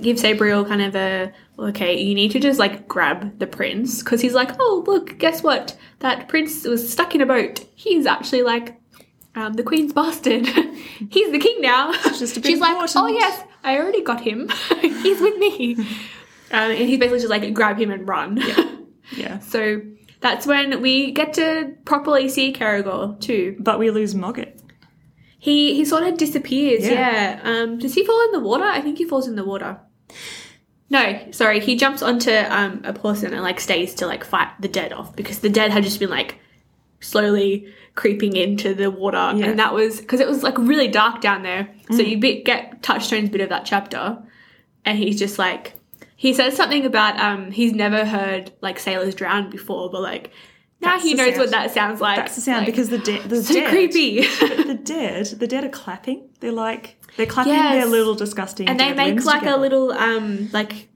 give Sabriel kind of a, well, okay, you need to just like grab the prince because he's like, oh look, guess what? That prince was stuck in a boat. He's actually like, um, the queen's bastard. (laughs) he's the king now. just a (laughs) bit She's like, oh important. yes, I already got him. (laughs) he's with (laughs) me. um, and he's basically just like grab him and run. yeah. So that's when we get to properly see Caragor too. But we lose Mogget. He he sort of disappears. Yeah. Yeah. Um, does he fall in the water? I think he falls in the water. No, sorry. He jumps onto um, a person and like stays to like fight the dead off because the dead had just been like slowly creeping into the water, Yeah. Mm. and that was because it was like really dark down there. So you bit, get Touchstone's bit of that chapter, and he's just like he says something about um he's never heard like sailors drown before, but like now That's he the knows what sound. that sounds like. That's the sound Like, because the, de- the so dead. creepy. (laughs) but the dead, the dead are clapping. They're like they're clapping Yes. their little disgusting. and they dead make limbs like together. a little um like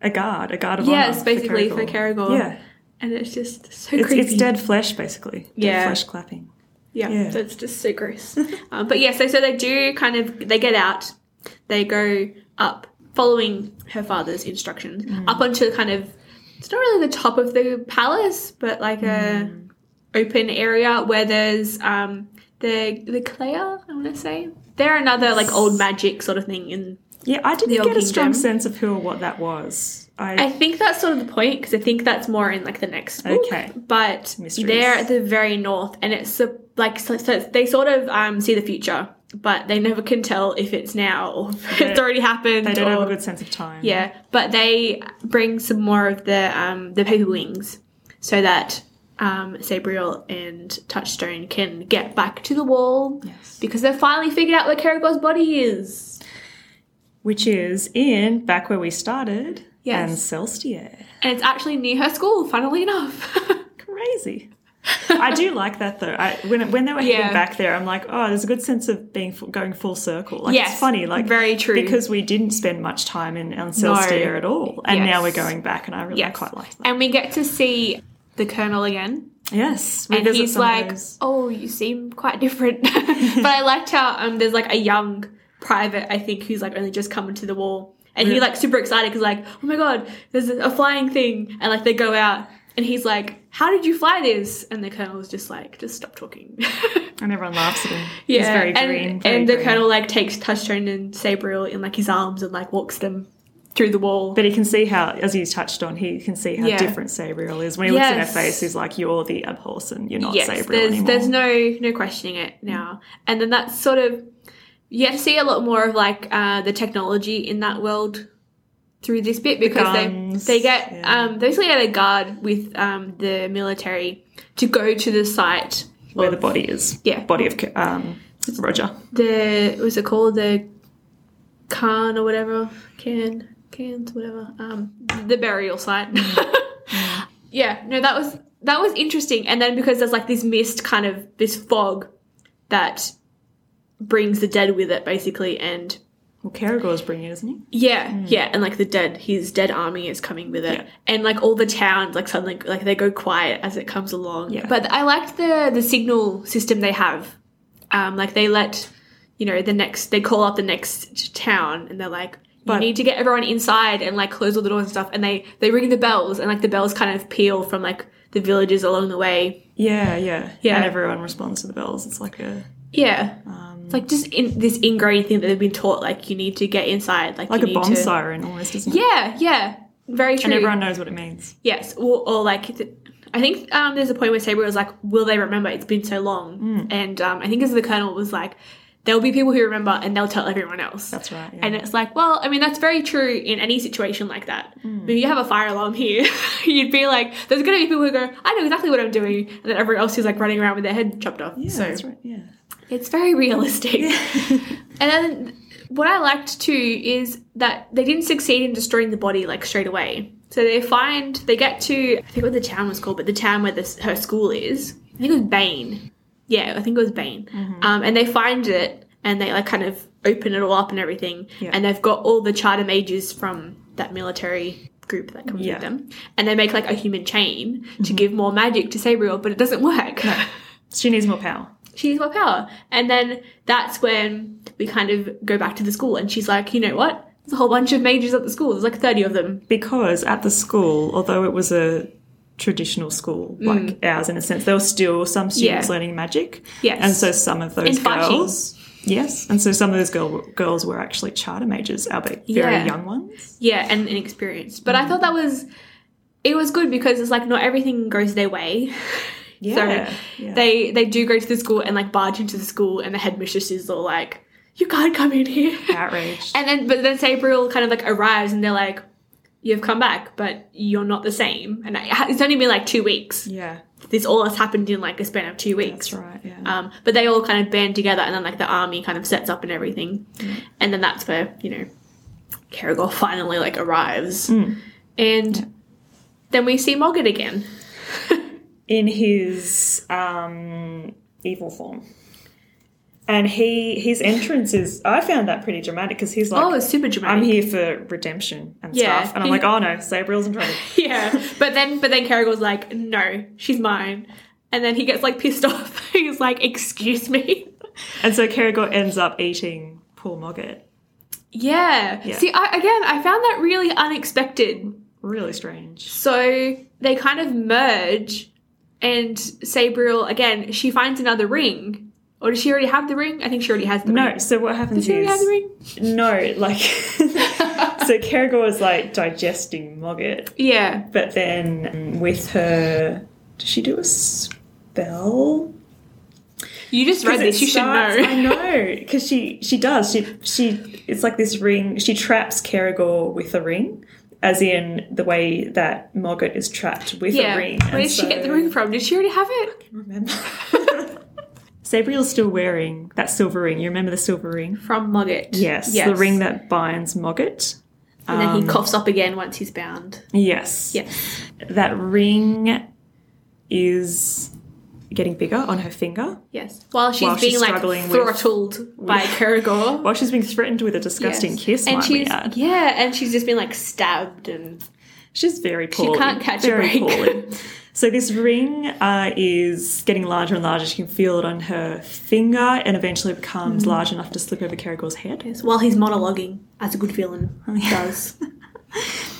a guard, a guard of honor. Yes, basically, for Caragor. Yeah, and it's just so it's, creepy it's dead flesh basically. Dead Yeah. flesh clapping. yeah, yeah. so it's just so gross (laughs) um, but yeah so, so they do kind of they get out they go up following her father's instructions Mm. up onto kind of it's not really the top of the palace but like Mm. a open area where there's um the the clair i want to say they're another like old magic sort of thing and Yeah, I didn't The get old a strong kingdom. sense of who or what that was. I, I think that's sort of the point because I think that's more in like the next book. Okay. But Mysteries. they're at the very north, and it's a- like so, so they sort of um, see the future, but they never can tell if it's now or (laughs) if it's Yeah. already happened. they don't or, have a good sense of time. yeah, but they bring some more of the um, the paper wings so that um, Sabriel and Touchstone can get back to the wall Yes. because they've finally figured out where Caragor's body is. Which is in back where we started. Yes. And Celestia. And it's actually near her school, funnily enough. (laughs) Crazy. I do like that though. I, when when they were Yeah. heading back there, I'm like, oh, there's a good sense of being full- going full circle. Like Yes, it's funny, like very true. because we didn't spend much time in El Celestia at all, and now we're Yes. going back, and I really Yes. quite like that. And we get to see the colonel again. yes, And revisit he's some of like, those. oh, you seem quite different. (laughs) but I liked how um, there's like a young private, I think, who's like only just come into the wall. And he like super excited because like, oh my god, there's a flying thing. And like they go out and he's like, how did you fly this? And the colonel is just like, just stop talking. (laughs) and everyone laughs at him. yeah. he's very and, green, very and the green. colonel like takes Touchstone and Sabriel in like his arms and like walks them through the wall. But he can see how, as he's touched on, he can see how Yeah. different Sabriel is. When he looks Yes. in her face, he's like, "You're the abhorson. You're not Sabriel there's, anymore." There's no no questioning it now. And then that's sort of you get to see a lot more of like uh, the technology in that world through this bit because guns, they they get yeah. um, they basically get a guard with um, the military to go to the site. where the body is. Yeah. body of Ca- um, Roger. The what's it called the can or whatever can cans whatever um, the burial site. (laughs) yeah, no, that was that was interesting. And then because there's like this mist, kind of this fog that brings the dead with it, basically. And Well, Caragor's bringing it, isn't he? yeah, yeah, and like the dead, his dead army is coming with it, Hmm. Yeah. and like all the towns, like suddenly, like they go quiet as it comes along. Yeah. But I liked the the signal system they have. Um, like they let, you know, the next they call up the next t- town, and they're like, you But- need to get everyone inside and like close all the doors and stuff, and they they ring the bells, and like the bells kind of peal from like the villages along the way. Yeah, yeah, Yeah. And everyone responds to the bells. It's like a Yeah. Um. it's like just in this ingrained thing that they've been taught, like you need to get inside, like like you a need bomb to- siren almost, isn't it? Yeah, yeah, very true. And everyone knows what it means. Yes, or, or like, th- I think um, there's a point where Sabre was like, "Will they remember? It's been so long." Mm. And um, I think as the Colonel was like, "There'll be people who remember, and they'll tell everyone else." That's right. Yeah. And it's like, well, I mean, that's very true in any situation like that. Mm. If you have a fire alarm here, (laughs) you'd be like, "There's going to be people who go, I know exactly what I'm doing," and then everyone else is like running around with their head chopped off. yeah, so that's right. Yeah. it's very realistic. (laughs) and then what I liked too is that they didn't succeed in destroying the body like straight away. So they find they get to I think what the town was called, but the town where this, her school is. I think it was Bane. Yeah, I think it was Bane. Mm-hmm. Um, and they find it and they like kind of open it all up and everything. Yeah. And they've got all the charter mages from that military group that comes Yeah. Mm-hmm. with them. And they make like a human chain to give more magic to Sabriel, but it doesn't work She needs more power. she needs more power. And then that's when we kind of go back to the school and she's like, you know what? There's a whole bunch of majors at the school. There's like 30 of them. Because at the school, although it was a traditional school like ours in a sense, there were still some students Mm. Yeah. learning magic. Yes. And so some of those And fighting. girls. Yes. And so some of those girl, girls were actually charter majors, albeit very Yeah. young ones. Yeah, and inexperienced. But Mm. I thought that was, it was good because it's like not everything goes their way. Yeah, so yeah. they they do go to the school and like barge into the school and the headmistress is all like, you can't come in here. Outraged. (laughs) And then, but then Sabriel kind of like arrives and they're like, you've come back, but you're not the same. And it's only been like two weeks. yeah. This all has happened in like a span of two weeks. That's right. Yeah. Um, but they all kind of band together, and then like the army kind of sets up and everything, and then that's where you know Caragor (laughs) finally like arrives, and then we see Mogget again. in his um, evil form. And he his entrance is I found that pretty dramatic because he's like, oh, it's super I'm dramatic. here for redemption and Yeah, stuff. And I'm he- like, oh no, Sabriel's in trouble. (laughs) yeah, but then but then Caragor's like, no, she's mine, and then he gets like pissed (laughs) off. He's like, excuse me. and so Caragor ends up eating poor Mogget. Yeah. Yeah. See, I, again, I found that really unexpected. Really strange. So they kind of merge, and Sabriel again. She finds another ring, or does she already have the ring? I think she already has the ring. No, so what Does happens she already have the is ring? (laughs) no, like (laughs) so Caragor is like digesting Mogget, Yeah, but then um, with her, does she do a spell? you just read 'Cause this. it You should starts- I know. know because she she does. She she it's like this ring. She traps Caragor with a ring, as in the way that Mogget is trapped with Yeah, a ring. where And did she get the so- ring from? Did she already have it? Remember. (laughs) Sabriel's still wearing that silver ring. You remember the silver ring? From Mogget. Yes, the ring that um, binds Mogget. And then he coughs up again once he's bound. Yes. Yes. That ring is getting bigger on her finger Yes. While she's While she's being like struggling with- throttled (laughs) by Kergor. while she's being threatened with a disgusting kiss. and might we she's add. yeah, and she's just been like stabbed and She's very poorly. can't catch a very break. poorly. So this ring uh, is getting larger and larger. She can feel it on her finger, and eventually becomes Mm-hmm. large enough to slip over Caragor's head. yes, while he's monologuing, as a good villain does. (laughs)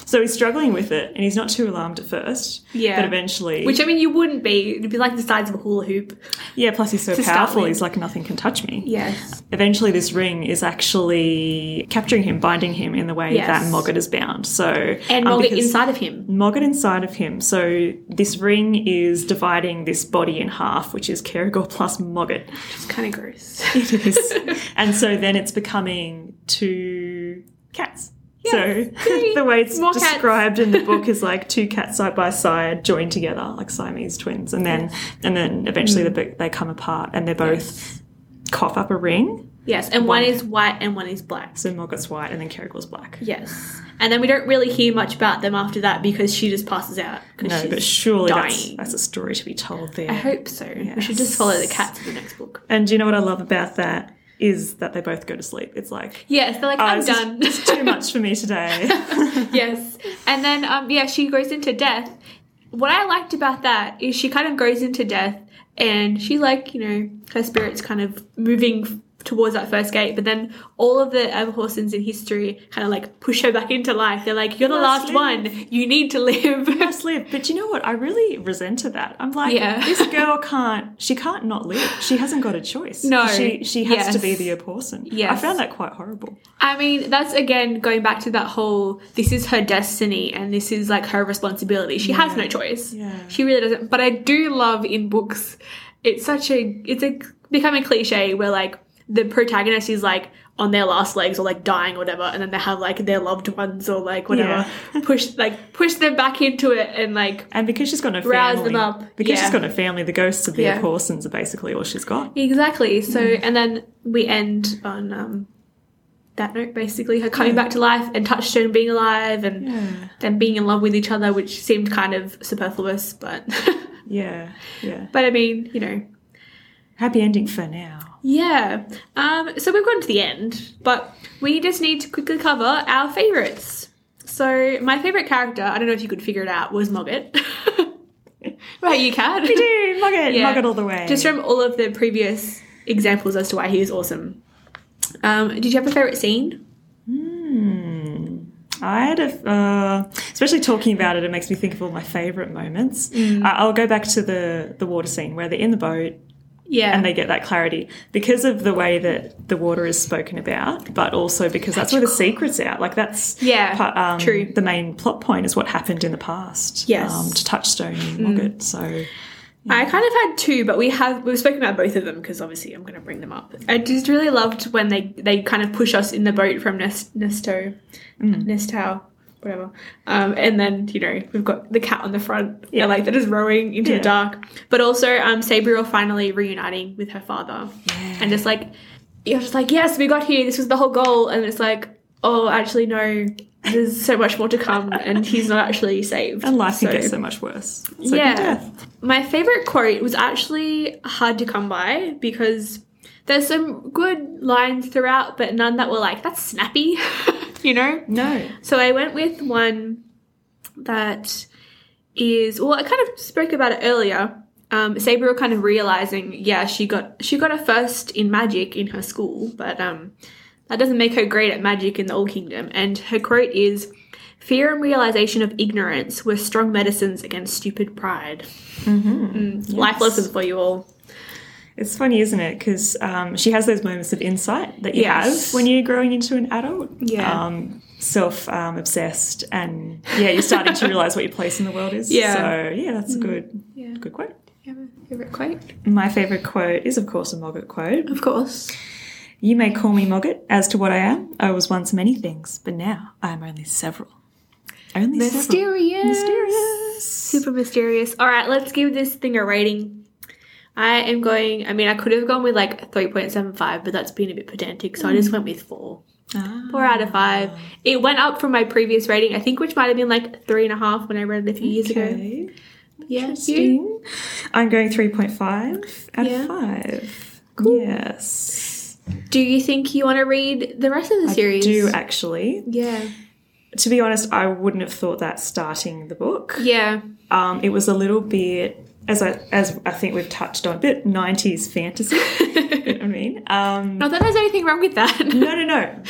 So he's struggling with it, and he's not too alarmed at first. Yeah. but eventually, Which I mean, you wouldn't be. It'd be like the size of a hula hoop. yeah. Plus, he's so start powerful. with. He's like nothing can touch me. Yes. Eventually, this ring is actually capturing him, binding him in the way Yes. that Mogget is bound. So And um, we'll get because- inside of him. Mogget inside of him. So this ring is dividing this body in half, which is Kerrigor plus Mogget. It's kind of gross. It is. (laughs) and so then it's becoming two cats. So Yay. (laughs) the way it's More cats. described in the book is like two cats side by side joined together, like Siamese twins, and then and then Mm. eventually the bo- they come apart and they both cough up a ring. (laughs) yes, and one is white and one is black. So Mogget's white, and then Kerrigor's black. Yes. And then we don't really hear much about them after that because she just passes out. 'cause No, she's but surely that's, dying. that's a story to be told there. I hope so. We should just follow the cat to the next book. And do you know what I love about that is that they both go to sleep. It's like Yes, they're like, "Oh, I'm this is- done. It's too much for (laughs) me today. yes. And then, um, yeah, she goes into death. What I liked about that is she kind of goes into death and she, like, you know, her spirit's kind of moving f- towards that first gate, but then all of the Everhorsons in history kind of like push her back into life. They're like, You're the last Must live. one. You need to live. Must live. But you know what? I really resented that. I'm like, Yeah. (laughs) this girl can't. She can't not live. She hasn't got a choice. No. she she has to be Yes. the person. I Yes. found that quite horrible. I mean, that's again going back to that whole this is her destiny and this is like her responsibility. She has no choice. Yeah. She really doesn't. But I do love in books it's such a it's a becoming cliche where like the protagonist is like on their last legs or like dying or whatever and then they have like their loved ones or like whatever (laughs) push like push them back into it and like And because she's got no family, Rouse them up. because Yeah. she's got no family, the ghosts of the Yeah. Oporsons are basically all she's got. Exactly. So, and then we end on um, that note, basically her coming back to life and Touchstone being alive and them being in love with each other, which seemed kind of superfluous, but (laughs) Yeah, yeah. but I mean, you know, Happy ending for now. yeah. Um, so we've gotten to the end, but we just need to quickly cover our favourites. So my favourite character, I don't know if you could figure it out, was Mogget. (laughs) right, you can. We do mug (laughs) it, Yeah. mug it all the way. Just from all of the previous examples as to why he is awesome. Um, did you have a favourite scene? I had a, uh, especially talking about it, it makes me think of all my favourite moments. Mm. I I'll go back to the the water scene where they're in the boat Yeah. and they get that clarity because of the way that the water is spoken about, but also because that's where the secret's out. Like that's Yeah, pa- um, true. The main plot point is what happened in the past. Yes. Mm. um, to Touchstone and Mogget. So I kind of had two, but we have we've spoken about both of them because obviously I'm going to bring them up. I just really loved when they they kind of push us in the boat from Nest, Nesto, Mm. Nestow, whatever, um, and then you know we've got the cat on the front, yeah, like that is rowing into Yeah. the dark. But also, um, Sabriel finally reuniting with her father, and just like you're just like yes, we got here. This was the whole goal, and it's like oh, actually no. There's so much more to come, and he's not actually saved. and life So- can get so much worse. So can yeah. death. My favorite quote was actually hard to come by because there's some good lines throughout, but none that were like, that's snappy, (laughs) you know? No. So I went with one that is, well, I kind of spoke about it earlier. Um, Sabriel kind of realizing, yeah, she got she got a first in magic in her school, but um, that doesn't make her great at magic in the Old Kingdom. And her quote is, "Fear and realization of ignorance were strong medicines against stupid pride." Mm, Life lessons for you all. It's funny, isn't it? Because um, she has those moments of insight that you Yes. have when you're growing into an adult. Yeah. Um, Self um, obsessed, and yeah, you're (laughs) starting to realize what your place in the world is. Yeah. Mm. So, yeah, that's a good, good quote. Favorite quote, My favourite quote is, of course, a Mogget quote. of course. You may call me Mogget as to what I am. I was once many things, but now I am only several. Only several. Mysterious. Mysterious. Super mysterious. All right, let's give this thing a rating. I am going. I mean, I could have gone with like three point seven five, but that's been a bit pedantic, so I Hmm. just went with four. Four out of five. Ah. It went up from my previous rating, I think, which might have been like three and a half when I read it a few years ago. Okay. Yes. You? Interesting. I'm going 3.5 out Yeah. of 5. Yes. Do you think you want to read the rest of the series? Do actually. Yeah. To be honest, I wouldn't have thought that starting the book. (laughs) Yeah. Um, it was a little bit, as I, as I think we've touched on, a bit 90s fantasy. (laughs) you know what I mean? Um, Not that there's anything wrong with that. no, no, no.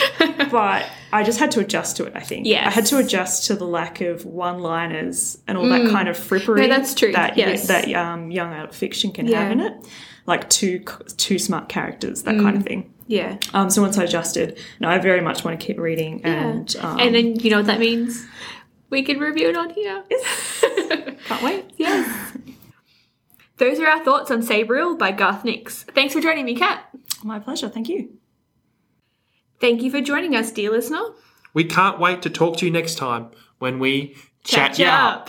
but I just had to adjust to it, I think. Yes. Mm. I had to adjust to the lack of one liners and all that kind of frippery No, that's true, that, yes. that um, young adult fiction can Yeah. Mm. have in it. Like two, two smart characters, that kind of thing. yeah. Um, so once I adjusted, no, I very much want to keep reading and, um, and then you know what that means. We can review it on here. (laughs) (laughs) can't wait. yes. Those are our thoughts on Sabriel by Garth Nix. Thanks for joining me, Kat. My pleasure. Thank you. Thank you for joining us, dear listener. We can't wait to talk to you next time when we Catch ya up.